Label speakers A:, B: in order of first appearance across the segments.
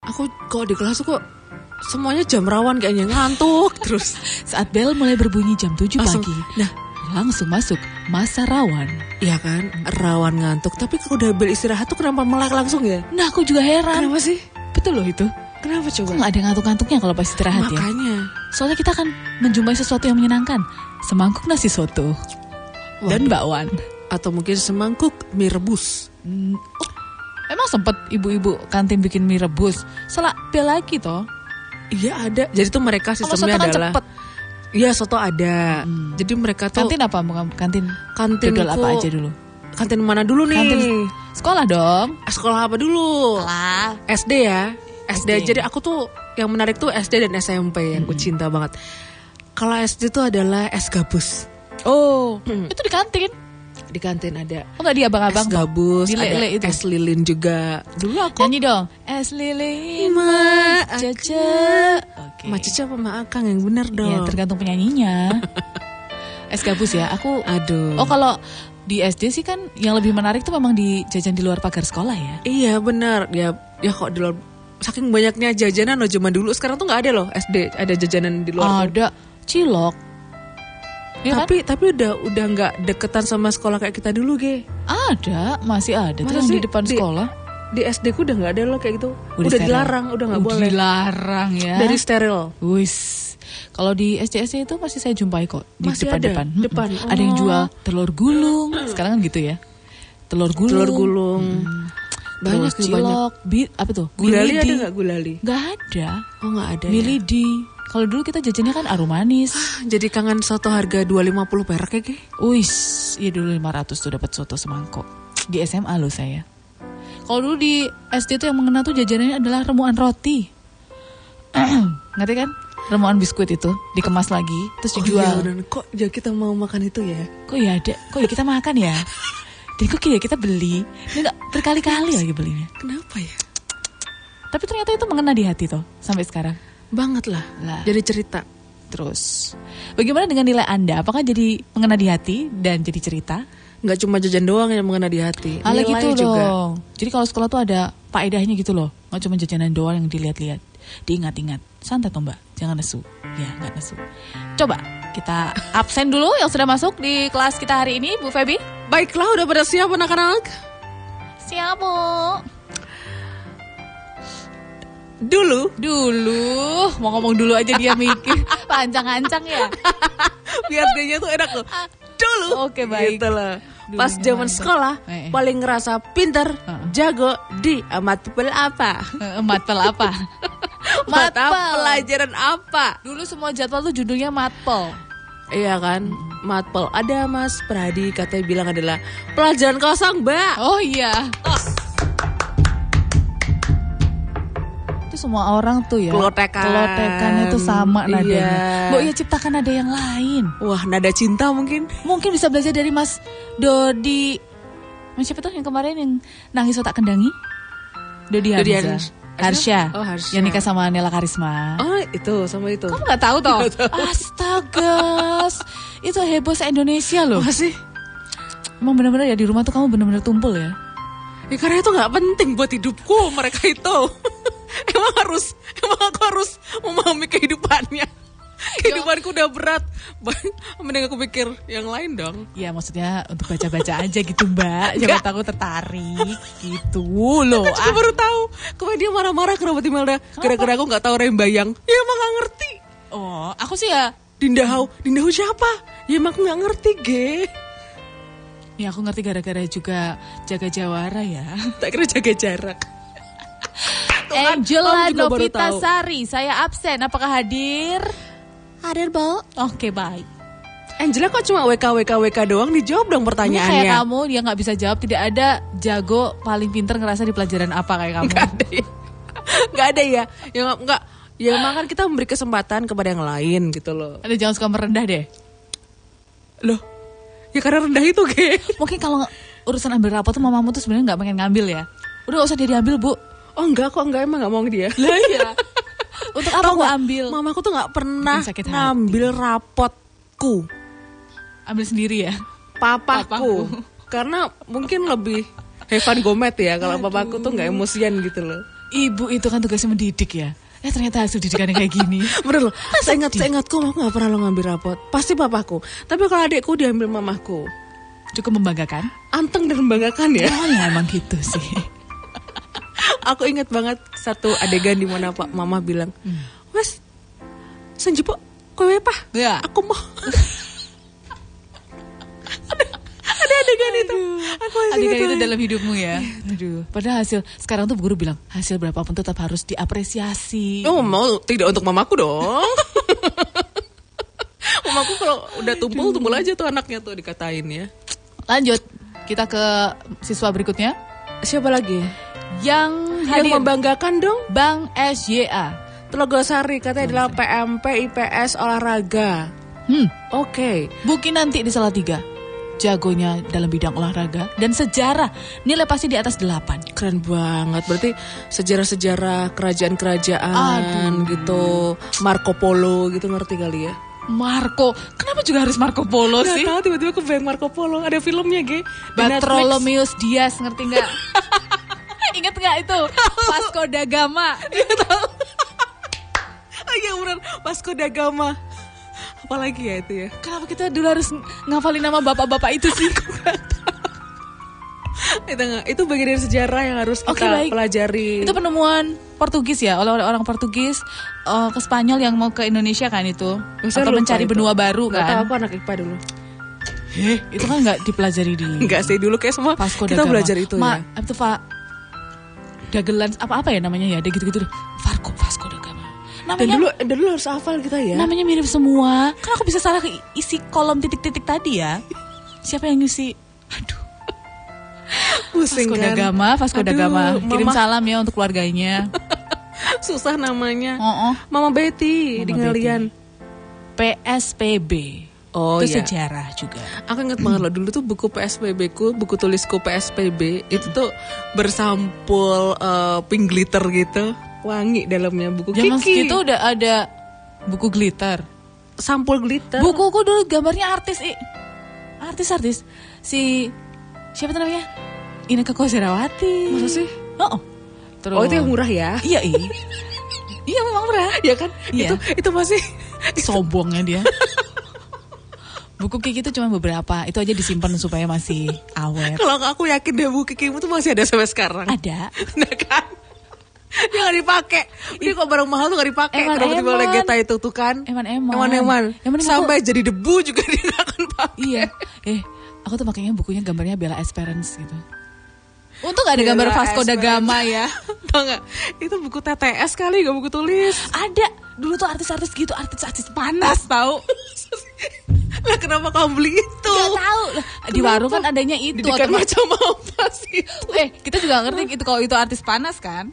A: aku kalau di kelas tuh kok semuanya jam rawan kayaknya ngantuk terus
B: Saat bel mulai berbunyi jam 7
A: Langsung.
B: pagi,
A: Nah.
B: langsung masuk masa rawan.
A: Iya kan
B: Mm.
A: rawan ngantuk tapi kalau udah bel istirahat tuh kenapa melek langsung ya
B: Nah, aku juga heran.
A: kenapa sih
B: Betul loh itu.
A: kenapa
B: Kok
A: coba
B: nggak ada ngantuk-ngantuknya kalau pas istirahat ya?
A: makanya
B: Soalnya kita akan menjumpai sesuatu yang menyenangkan. Semangkuk nasi soto. Dan bakwan.
A: atau mungkin semangkuk mie rebus
B: Hmm, oh, Emang sempet ibu-ibu kantin bikin mie rebus. Salah bel lagi toh.
A: iya ada jadi tuh mereka
B: Kalau soto
A: sistemnya
B: kan
A: adalah
B: cepet. Hmm.
A: iya soto ada jadi mereka tuh
B: Kantin apa? Bukan kantin.
A: kantin
B: Dodol apa aja dulu?
A: kantin mana dulu nih
B: Kantin sekolah dong.
A: sekolah apa dulu
B: Lah.
A: SD ya SD,
B: SD.
A: jadi aku tuh yang menarik tuh SD dan SMP yang aku
B: Hmm.
A: cinta banget kalau SD tuh adalah es gabus
B: Oh, itu di kantin.
A: di kantin ada
B: Oh enggak di abang-abang.
A: es gabus
B: Di
A: ada
B: lele itu.
A: es lilin juga dulu aku
B: Nyanyi dong. Es lilin.
A: Ma
B: Cece. Oke.
A: Ma Cece apa Ma Akang yang bener
B: Ya,
A: dong
B: tergantung penyanyinya. es gabus ya. Aku
A: aduh
B: Oh, kalau di SD sih kan yang lebih menarik tuh memang di jajan di luar pagar sekolah ya.
A: iya bener ya ya kok di luar saking banyaknya jajanan loh zaman dulu sekarang tuh nggak ada loh SD ada jajanan di luar
B: Ada cilok. Iya kan?
A: tapi tapi udah udah nggak deketan sama sekolah kayak kita dulu ge
B: Ada, masih ada tuh
A: Masa
B: yang di
A: sih?
B: depan
A: Di-
B: sekolah.
A: di SD ku udah nggak ada loh kayak gitu udah,
B: steril.
A: dilarang udah nggak
B: Udah
A: boleh
B: Dilarang ya.
A: dari steril
B: Wis. Kalau di SD-SD itu masih saya jumpai kok di
A: Masih
B: depan-depan.
A: ada?
B: Mm-mm.
A: Depan.
B: Ada yang
A: Oh.
B: jual telur gulung. Sekarang kan gitu ya. Telur gulung. Hmm.
A: telur gulung banyak
B: Banyak
A: sih banyak
B: cilok. Bi- apa tuh?
A: gulali ada
B: Milidi.
A: nggak gulali
B: Nggak ada.
A: oh nggak ada ya.
B: Milidi. Kalau dulu kita jajannya kan aru manis.
A: ah, jadi kangen soto harga 250 perak ya Ge?
B: Wis, iya dulu 500 tuh dapat soto semangkok. Di SMA loh saya. Kalau dulu di SD tuh yang mengena tuh jajanannya adalah remuan roti. Ngerti kan? Remuan biskuit itu dikemas lagi terus
A: Oh
B: dijual.
A: iya, beneran. kok ya kita mau makan itu ya
B: Kok ya ada? Kok ya kita makan ya? Dan kok ya kita beli? Ini nggak berkali-kali lagi belinya.
A: kenapa ya
B: Tapi ternyata itu mengena di hati tuh sampai sekarang.
A: banget lah
B: Lah.
A: jadi cerita
B: Terus, bagaimana dengan nilai Anda? Apakah jadi mengena di hati dan jadi cerita?
A: nggak cuma jajan doang yang mengena di hati
B: Ala
A: Nilai
B: gitu
A: juga
B: dong. Jadi kalau sekolah tuh ada faedahnya gitu loh. Nggak cuma jajanan doang yang dilihat-lihat. Diingat-ingat. Santai toh mbak, jangan nesu. Ya nggak nesu. Coba kita absen dulu yang sudah masuk di kelas kita hari ini, Bu Febi.
A: baiklah udah pada siap anak-anak
B: Siap, Bu.
A: dulu
B: Dulu, mau ngomong dulu aja dia mikir. Panjang-ancang ya.
A: biar dia tuh enak loh dulu
B: Oke, baik.
A: Gitu lah.
B: Dulu
A: pas
B: yang
A: zaman
B: mantap.
A: sekolah
B: Eh, eh.
A: paling ngerasa pinter
B: Heeh.
A: jago di amat pel apa
B: Eh, Matpel apa?
A: mata pelajaran apa
B: Dulu semua jadwal tuh judulnya matpel.
A: iya kan matpel ada mas Pradi katanya bilang adalah pelajaran kosong mbak
B: Oh iya. Itu semua orang tuh ya.
A: Kelotekan.
B: Kelotekannya tuh sama
A: Iya.
B: nadanya. Mbok ya ciptakan nada yang lain.
A: wah nada cinta mungkin
B: Mungkin bisa belajar dari Mas Dodi. Mas siapa tuh yang kemarin yang nangis otak kendangi? Dodi
A: Dodi
B: Harsha.
A: Harsha.
B: Harsha.
A: Oh, Harsha.
B: Yang nikah sama Nela Karisma.
A: oh itu sama itu
B: Kamu gak tahu toh? Astaga. Itu heboh se-Indonesia loh.
A: masih
B: Emang bener-bener ya di rumah tuh kamu bener-bener tumpul ya?
A: Ya, karena itu nggak penting buat hidupku mereka itu. emang harus, emang aku harus memahami kehidupannya. Ya. Kehidupanku udah berat. Ba- Mending aku pikir yang lain dong.
B: Ya maksudnya untuk baca-baca aja gitu mbak Siapa tahu tertarik gitu loh
A: Aku juga
B: ah.
A: baru tahu. Kemarin dia marah-marah ke Robert Imelda. Gara-gara aku nggak tahu rembayang. Ya emang nggak ngerti.
B: Oh aku sih ya
A: Dinda Hau, Dinda Hau siapa? Ya emang aku nggak ngerti, ge.
B: Ya aku ngerti gara-gara juga jaga jawara ya
A: Tak kira jaga jarak. Tuh kan,
B: Angela
A: kamu juga baru
B: Novita
A: tahu.
B: Sari Saya absen apakah hadir?
A: Hadir, Bo.
B: Oke baik
A: Angela kok cuma WK WK WK doang dijawab dong
B: Mungkin
A: pertanyaannya.
B: kayak kamu dia nggak bisa jawab Tidak ada jago paling pinter ngerasa di pelajaran apa kayak kamu
A: Gak ada ya. Gak ada ya. Ya nggak- nggak. Ya emang kan kita memberi kesempatan kepada yang lain gitu loh.
B: Ada jangan suka merendah deh
A: Loh. Ya karena rendah itu, Ge.
B: Mungkin kalau urusan ambil rapot tuh mamamu tuh sebenarnya nggak pengen ngambil ya Udah gak usah dia diambil bu
A: Oh enggak kok, enggak emang enggak mau dia.
B: Lah ya Untuk apa
A: Tau
B: aku
A: nggak,
B: ambil?
A: Mamaku tuh nggak pernah
B: Bikin sakit hati.
A: ngambil rapotku.
B: ambil sendiri ya.
A: Papaku. Karena mungkin lebih Heaven Gomet ya kalau papaku tuh nggak emosian gitu loh.
B: ibu itu kan tugasnya mendidik ya. Eh ternyata hasil didikannya kayak gini.
A: Bener loh, saya ingat, saya ingatku aku nggak pernah lo ngambil rapot. Pasti papaku. Tapi kalau adikku diambil mamaku.
B: Cukup membanggakan.
A: Anteng dan membanggakan ya.
B: Oh ya emang gitu sih.
A: Aku ingat banget satu adegan di mana pak mama bilang, Wes, senjepo, kowe apa?
B: Ya.
A: Aku mau. Ada- ada adegan itu. Aku masih
B: Adegan
A: ingat
B: itu
A: banget.
B: dalam hidupmu ya. Aduh. Padahal hasil sekarang tuh guru bilang hasil berapapun tetap harus diapresiasi.
A: Oh mau tidak untuk mamaku dong. mamaku kalau udah tumpul tumpul aja tuh anaknya tuh dikatain ya.
B: Lanjut kita ke siswa berikutnya
A: Siapa lagi?
B: yang
A: Yang
B: hadir
A: membanggakan dong.
B: Bang SYA.
A: Telogosari katanya adalah PMP IPS olahraga.
B: Hmm.
A: Oke.
B: Buki nanti di Salatiga. Jagonya dalam bidang olahraga dan sejarah. Nilai pasti di atas 8.
A: Keren banget. Berarti sejarah-sejarah kerajaan-kerajaan gitu, Marco Polo gitu ngerti kali ya.
B: Marco, kenapa juga harus Marco Polo
A: Gak
B: Oh, sih?
A: tahu tiba-tiba kebayang Marco Polo. Ada filmnya, Ge. Di Netflix.
B: Bartolomeus Dias, ngerti nggak? Ingat nggak itu? Vasco da Gama.
A: Oh iya bener, Vasco da Gama. Apalagi ya itu ya.
B: Kenapa kita dulu harus ng- ngafalin nama bapak-bapak itu sih?
A: Itu, nggak- itu bagian dari sejarah yang harus kita
B: Oke, baik.
A: pelajari.
B: itu penemuan Portugis ya, oleh orang Portugis eh, ke Spanyol yang mau ke Indonesia kan itu.
A: Saya
B: Atau
A: lupa
B: mencari
A: itu.
B: benua baru
A: Nggak tahu,
B: kan.
A: aku anak IPA dulu.
B: Itu kan nggak dipelajari di
A: Enggak sih, dulu kayak semua
B: Vasco da
A: kita
B: Gama.
A: belajar itu
B: Ma,
A: ya.
B: apa tuh, Pak? Dagelan apa-apa ya namanya ya, ada gitu-gitu deh. Varco Vasco da Gama.
A: Dan
B: Namanya
A: dulu, dan dulu harus hafal kita ya.
B: namanya mirip semua. Kan aku bisa salah ke- isi kolom titik-titik tadi ya. Siapa yang ngisi? Aduh,
A: Pusing
B: Vasco da
A: kan?
B: Gama, Vasco da
A: Aduh,
B: Gama. Kirim
A: mama-
B: salam ya untuk keluarganya.
A: Susah namanya.
B: Oh, oh.
A: Mama Betty
B: Mama
A: di Ngalian.
B: PSPB.
A: Oh,
B: itu
A: iya.
B: sejarah juga.
A: Aku inget banget loh dulu tuh buku PSPB ku, buku tulisku PSPB itu tuh bersampul eh, pink glitter gitu, wangi dalamnya buku
B: Zaman
A: Kiki.
B: segitu udah ada buku glitter.
A: sampul glitter.
B: Bukuku dulu gambarnya artis, I. artis-artis. Si siapa tuh namanya? Ineke Koserawati.
A: Masa sih?
B: Oh, oh. Terus.
A: oh itu yang murah ya?
B: Iya, iya. iya memang murah.
A: ya kan? Itu
B: Iya.
A: itu masih
B: Sombongnya dia. Buku Kiki itu cuma beberapa, itu aja disimpan supaya masih awet.
A: kalau aku yakin deh buku Kikimu tuh masih ada sampai sekarang.
B: Ada.
A: Nah kan? Dia gak dipakai. Dia kok barang mahal tuh gak dipakai.
B: Eman-eman.
A: Kenapa tiba oleh Geta itu tuh kan?
B: Eman-eman.
A: Eman-eman.
B: Yang penting
A: Sampai jadi debu juga dia gak akan pakai.
B: Iya. Eh, aku tuh makanya bukunya gambarnya Bella Esperance gitu. Untung gak ada gambar
A: Bella
B: Vasco da
A: Esperance.
B: Gama ya.
A: Tau gak? Itu buku TTS kali gak buku tulis.
B: Ada. Dulu tuh artis-artis gitu, artis-artis panas tahu.
A: lah kenapa kamu beli itu?
B: Gak tahu. Lah, Di warung kan adanya itu.
A: Didikan
B: otomatis-
A: macam apa sih?
B: eh, kita juga nggak ngerti itu kalau itu artis panas kan.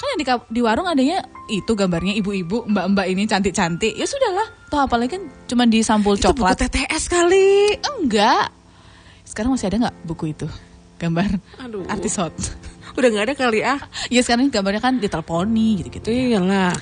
B: Kan yang di, ka- di warung adanya itu gambarnya ibu-ibu, mbak-mbak ini cantik-cantik. Ya sudahlah. Toh apalagi kan cuma di sampul
A: Itu buku
B: coklat.
A: TTS kali.
B: Oh, Enggak. Sekarang masih ada nggak buku itu? Gambar
A: Aduh.
B: artis hot.
A: Udah gak ada kali ah.
B: Ya sekarang gambarnya kan diteleponi gitu-gitu.
A: Iyalah.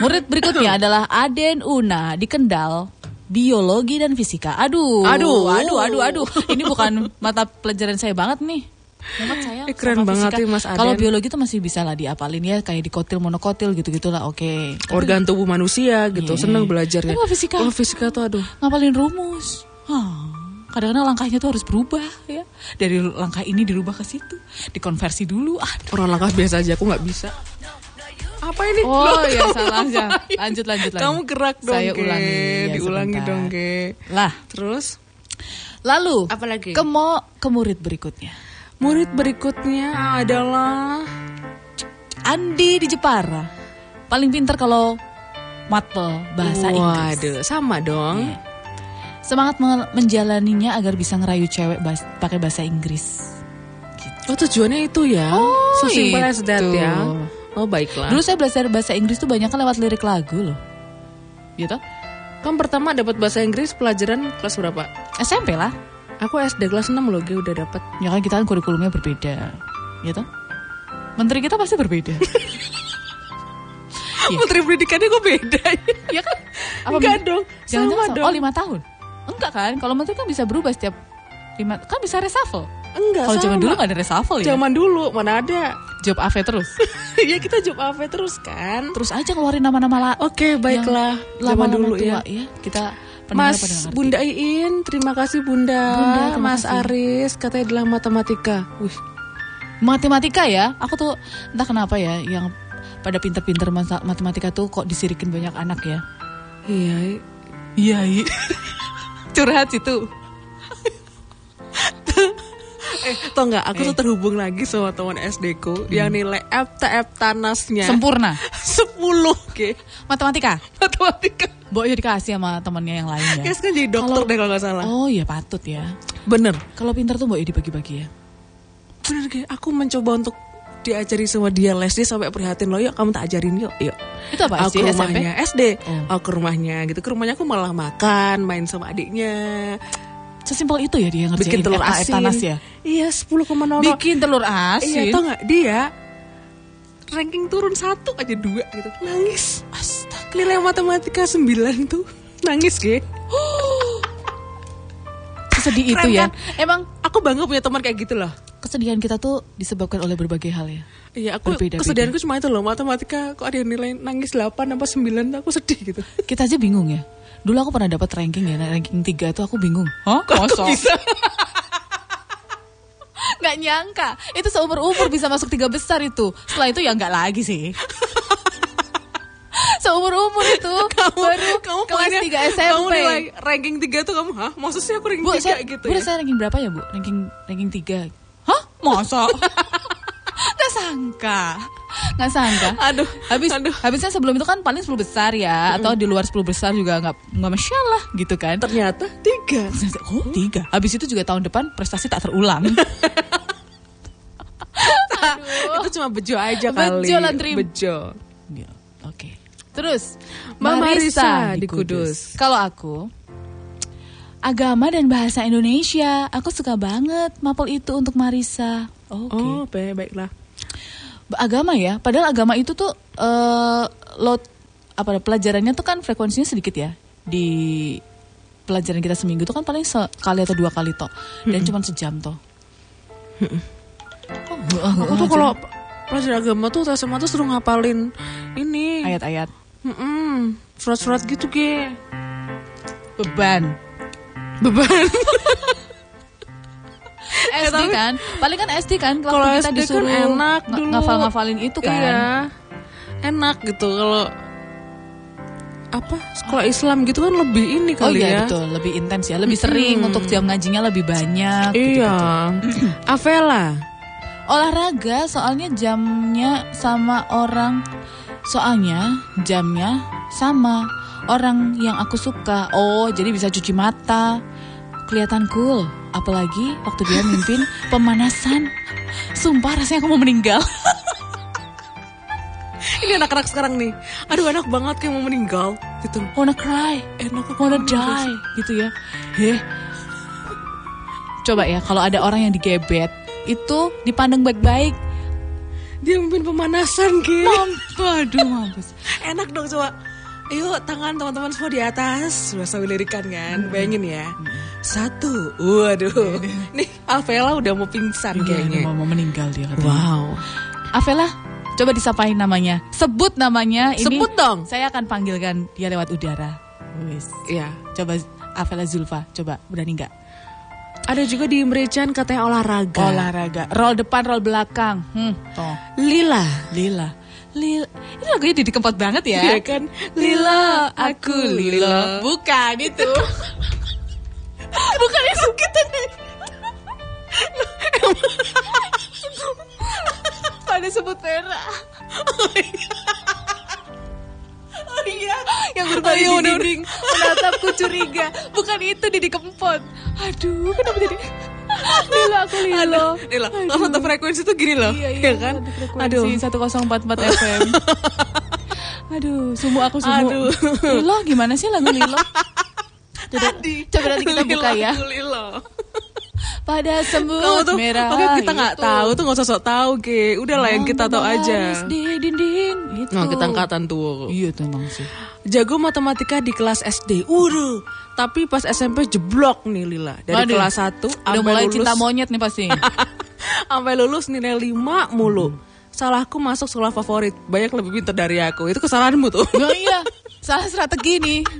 B: Murid berikutnya adalah Aden Una di Kendal biologi dan fisika. Aduh,
A: Aduh.
B: aduh, aduh, aduh. Ini bukan mata pelajaran saya banget nih. Hemat saya
A: Eh, keren
B: sama
A: banget
B: fisika.
A: nih, Mas Aden.
B: Kalau biologi tuh masih bisa lah diapalin ya kayak dikotil monokotil gitu-gitulah. Oke.
A: Organ tubuh manusia gitu.
B: Iya.
A: Seneng belajarnya.
B: Tapi kok fisika?
A: Oh, fisika tuh aduh.
B: Ngapalin rumus. Hah, Kadang-kadang langkahnya tuh harus berubah ya. Dari langkah ini dirubah ke situ, dikonversi dulu. Ah, Aduh.
A: Orang langkah biasa aja aku nggak bisa. Apa ini?
B: Oh
A: Loh,
B: ya
A: kamu
B: salah aja.
A: ngapain?
B: Lanjut lanjut lanjut.
A: Kamu gerak dong.
B: Saya
A: Ge.
B: ulangi. ya,
A: diulangi
B: sebentar.
A: dong, Ge.
B: Lah,
A: Terus
B: lalu
A: Apa lagi?
B: Ke mo ke murid berikutnya.
A: murid berikutnya adalah
B: Andi di Jepara. Paling pintar kalau matel bahasa Inggris. Iya.
A: Waduh, sama dong.
B: Semangat menge- menjalaninya agar bisa ngerayu cewek bas- pakai bahasa Inggris.
A: Oh, tujuannya itu ya.
B: Oh,
A: so simple as that
B: itu.
A: ya. Oh, baiklah.
B: Dulu saya belajar bahasa Inggris tuh banyak kan lewat lirik lagu loh. Gitu?
A: kamu pertama dapat bahasa Inggris pelajaran kelas berapa?
B: SMP lah.
A: Aku SD kelas 6 loh, Ge, udah dapat.
B: Ya kan kita kan kurikulumnya berbeda. Gitu? Menteri kita pasti berbeda. Iya.
A: Menteri pendidikannya kok beda ya?
B: ya kan?
A: Enggak
B: men-
A: dong,
B: Jangan-jangan
A: sama
B: sama-
A: dong.
B: Oh lima tahun? Enggak kan? Kalau menteri kan bisa berubah setiap lima, kan bisa reshuffle.
A: Enggak,
B: Kalau zaman
A: sama.
B: dulu gak ada reshuffle ya?
A: Zaman dulu mana ada
B: job AV terus.
A: ya kita job AV terus kan.
B: Terus aja keluarin nama-nama la-
A: Oke, Oh, baiklah.
B: yang
A: Zaman
B: lama-lama
A: dulu
B: tua,
A: ya.
B: Kita pendengar pada
A: Mas
B: ngerti.
A: Bunda Iin, terima kasih Bunda.
B: Bunda, terima
A: Mas
B: kasih.
A: Aris katanya adalah matematika. Wih,
B: matematika ya. Aku tuh entah kenapa ya yang pada pinter-pinter masa- matematika tuh kok disirikin banyak anak ya.
A: iya. I.
B: Iya, iya. curhat situ.
A: Eh, Hmm. tau nggak? Aku tuh
B: Eh.
A: terhubung lagi sama teman SD ku yang nilai FTF tanasnya
B: Sempurna.
A: 10 ke
B: Matematika.
A: Ya. matematika.
B: Bo ya dikasih sama temennya yang lain ya.
A: Guys kan jadi dokter
B: Kalau-
A: deh kalau nggak salah.
B: Oh iya patut ya.
A: Bener.
B: Kalau pinter tuh Bo ya dibagi-bagi ya.
A: Bener Ge. Aku mencoba untuk diajari sama dia les dia sampai prihatin loh yuk kamu tak ajarin yuk yuk
B: Itu apa, SD,
A: aku ke rumahnya SD
B: Oh.
A: aku ke rumahnya gitu ke rumahnya aku malah makan main sama adiknya
B: Sesimpel itu ya dia ngerjain
A: bikin telur
B: FKF
A: asin
B: Tanas ya.
A: iya 10,00
B: Bikin telur asin.
A: iya tau nggak dia ranking turun satu aja dua gitu nangis
B: Astaga.
A: nilai matematika 9 tuh nangis Ge.
B: Sesedih itu
A: Keren
B: ya.
A: kan?
B: Emang
A: aku bangga punya teman kayak gitu loh
B: kesedihan kita tuh disebabkan oleh berbagai hal ya.
A: Iya, aku
B: Berbeda-beda.
A: kesedihanku cuma itu loh, matematika kok ada yang nilai nangis 8 apa 9 tuh aku sedih gitu.
B: Kita aja bingung ya. Dulu aku pernah dapat ranking ya, ranking 3 tuh aku bingung. Hah?
A: Kok bisa?
B: Nggak nyangka. Itu seumur-umur bisa masuk tiga besar itu. Setelah itu ya nggak lagi sih. seumur-umur itu baru kelas
A: pengennya-
B: 3 SMP.
A: Kamu nilai ranking 3 tuh kamu, hah? Maksudnya aku ranking
B: Bu,
A: 3
B: saya,
A: gitu
B: Bu,
A: ya?
B: saya ranking berapa ya, Bu? Ranking ranking 3. Hah? Masa? Nggak sangka. Nggak sangka.
A: Aduh,
B: Habis
A: aduh.
B: habisnya sebelum itu kan paling 10 besar ya atau di luar 10 besar juga nggak nggak masalah gitu kan.
A: Ternyata 3.
B: Oh, tiga. Habis itu juga tahun depan prestasi tak terulang.
A: itu cuma bejo aja
B: Bejo
A: kali.
B: lah, Dream.
A: Bejo.
B: Ya, Oke. Terus,
A: Mama Risa
B: Marisa
A: di Kudus.
B: Kalau aku agama dan bahasa Indonesia, aku suka banget mapel itu untuk Marisa. Oke.
A: Oh, baik, baiklah.
B: agama ya padahal agama itu tuh eh lot apa pelajarannya tuh kan frekuensinya sedikit ya di pelajaran kita seminggu tuh kan paling sekali atau dua kali toh dan cuma sejam toh Oh,
A: Aku tuh kalau pelajaran agama tuh tes sama tuh suruh ngapalin ini.
B: ayat-ayat
A: Mm-mm, Surat-surat gitu, Ge.
B: beban
A: Beban.
B: SD
A: tapi-
B: kan paling kan SD kan waktu
A: Kalau
B: kita
A: SD kan
B: disuruh
A: enak
B: nga-
A: dulu.
B: ngafal-ngafalin itu kan
A: Iya. Enak gitu kalau apa sekolah Islam gitu kan lebih ini
B: oh
A: kali
B: iya
A: ya.
B: betul lebih intens ya lebih sering untuk jam ngajinya lebih banyak gitu.
A: Iya. Avela.
B: olahraga soalnya jamnya sama orang soalnya jamnya sama orang yang aku suka oh jadi bisa cuci mata kelihatan cool apalagi waktu dia mimpin pemanasan sumpah rasanya aku mau meninggal
A: Ini anak-anak sekarang nih. Aduh enak banget kayak mau meninggal gitu.
B: wanna cry
A: Enak aku
B: wanna die gitu ya heh coba ya kalau ada orang yang digebet itu dipandang baik-baik
A: Dia mimpin pemanasan gitu.
B: mampus aduh mampus
A: Enak dong coba. Ayo tangan teman-teman semua di atas. Sudah sambil lirikan kan. Bayangin ya. Satu. Waduh. Nih Avela udah Iya, mau pingsan
B: Kayaknya
A: kayaknya.
B: ya, mau, mau meninggal dia katanya
A: Wow.
B: Avela, coba disapain namanya. Sebut namanya ini.
A: Sebut dong.
B: Saya akan panggilkan dia lewat udara. Wis.
A: Iya.
B: Coba Avela Zulfa, coba berani nggak?
A: Ada juga di Imrejan katanya olahraga.
B: Olahraga, roll depan, roll belakang. Hmm, toh.
A: Lila.
B: Lila. Lila. Ini lagunya Didi Kempot banget ya.
A: Iya kan?
B: Lila, aku Lila.
A: Bu-
B: Bukan itu. Bukan itu kita nih. Pada sebut merah. Oh iya, yang
A: Oh
B: berbaring
A: iya,
B: di
A: udah, udah.
B: dinding menatapku curiga. Bukan itu Didi Kempot. Aduh, kenapa jadi Lila aku Lilo.
A: Nih loh, kalau satu frekuensi tuh gini loh,
B: Iya, iya,
A: ya kan? Aduh,
B: Aduh, 1044 FM. Aduh, sumu aku sumu.
A: Aduh.
B: Lilo gimana sih lagu Lilo? Coba, coba nanti kita buka
A: Lilo,
B: ya.
A: aku Lilo.
B: Pada
A: Kamu
B: semut
A: tuh,
B: merah.
A: makanya kita nggak
B: itu.
A: tahu tuh nggak usah sok tahu, ge. Udahlah yang kita tahu aja.
B: Menggaris Di dinding itu.
A: Nah, kita angkatan tuh.
B: Iya tuh emang sih.
A: Jago matematika di kelas SD. Waduh, tapi pas SMP jeblok nih Lila. Dari
B: Waduh.
A: kelas 1
B: Udah
A: sampai
B: mulai
A: lulus.
B: cinta monyet nih pasti.
A: sampai lulus nilai 5 mulu. salahku masuk sekolah favorit banyak lebih pintar dari aku itu kesalahanmu tuh
B: Ya iya, salah strategi nih.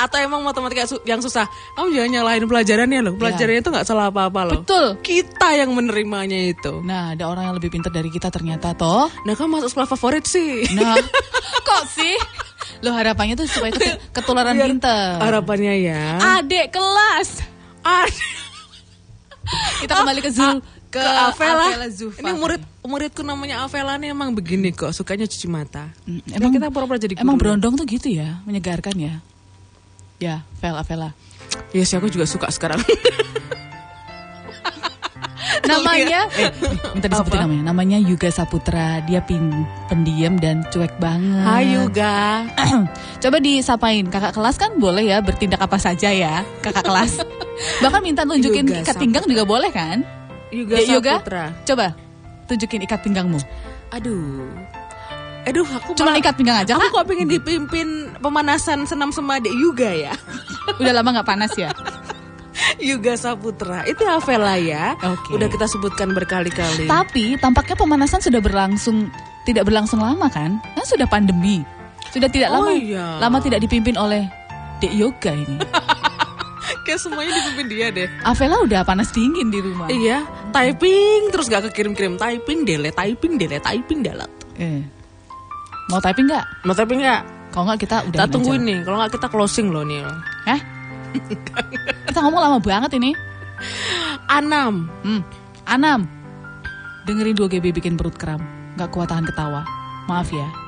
A: atau emang matematika su- yang susah kamu jangan nyalahin pelajarannya loh pelajarannya itu nggak salah apa-apa loh
B: Iya. Betul.
A: kita yang menerimanya itu
B: Nah, ada orang yang lebih pintar dari kita ternyata toh.
A: nah kamu masuk sekolah favorit sih
B: Nah, kok sih? Lo harapannya tuh supaya ketu- ketularan Ah.
A: Biar-
B: pinter.
A: harapannya ya
B: Adek kelas.
A: Ad-
B: Kita kembali ke Zul
A: Ah, ke Avela.
B: Zulfa
A: Ini
B: tadi.
A: murid muridku namanya Avela nih emang begini kok, sukanya cuci mata.
B: Mm,
A: Jadi
B: Emang
A: kita pura-pura jadi guru.
B: Emang berondong tuh gitu ya, menyegarkan ya. Ya, Vela Vela.
A: Iya sih aku juga suka sekarang.
B: Namanya eh, minta disebutin namanya. Namanya Yuga Saputra. Dia pin, pendiam dan cuek banget.
A: Ga.
B: Coba disapain kakak kelas kan boleh ya bertindak apa saja ya kakak kelas. Bahkan minta tunjukin
A: Yoga
B: ikat pinggang juga boleh kan?
A: Yuga
B: Ya, Yoga,
A: Saputra.
B: coba tunjukin ikat pinggangmu.
A: Aduh. Aduh aku
B: Cuma
A: malah-
B: ikat pinggang aja
A: Aku
B: kak?
A: kok pengen dipimpin pemanasan senam semade Yuga ya.
B: Udah lama nggak panas ya?
A: Yuga Saputra. Itu Avela ya.
B: Oke.
A: Udah kita sebutkan berkali-kali.
B: Tapi tampaknya pemanasan sudah berlangsung tidak berlangsung lama kan? Kan sudah pandemi. Sudah tidak
A: Oh
B: lama.
A: iya.
B: Lama tidak dipimpin oleh Dek Yoga ini.
A: Kayak semuanya dipimpin dia deh.
B: Avela udah panas dingin di rumah.
A: Iya, typing terus gak kekirim-kirim typing, delete typing, delete typing, delete.
B: Eh. Mau typing nggak?
A: Mau typing nggak?
B: Kalau nggak kita udah
A: Kita tungguin nih, kalau nggak kita closing loh nih.
B: Hah? kita ngomong lama banget ini.
A: Anam,
B: Hmm. Anam, dengerin 2GB bikin perut kram. Gak kuat tahan ketawa. Maaf ya.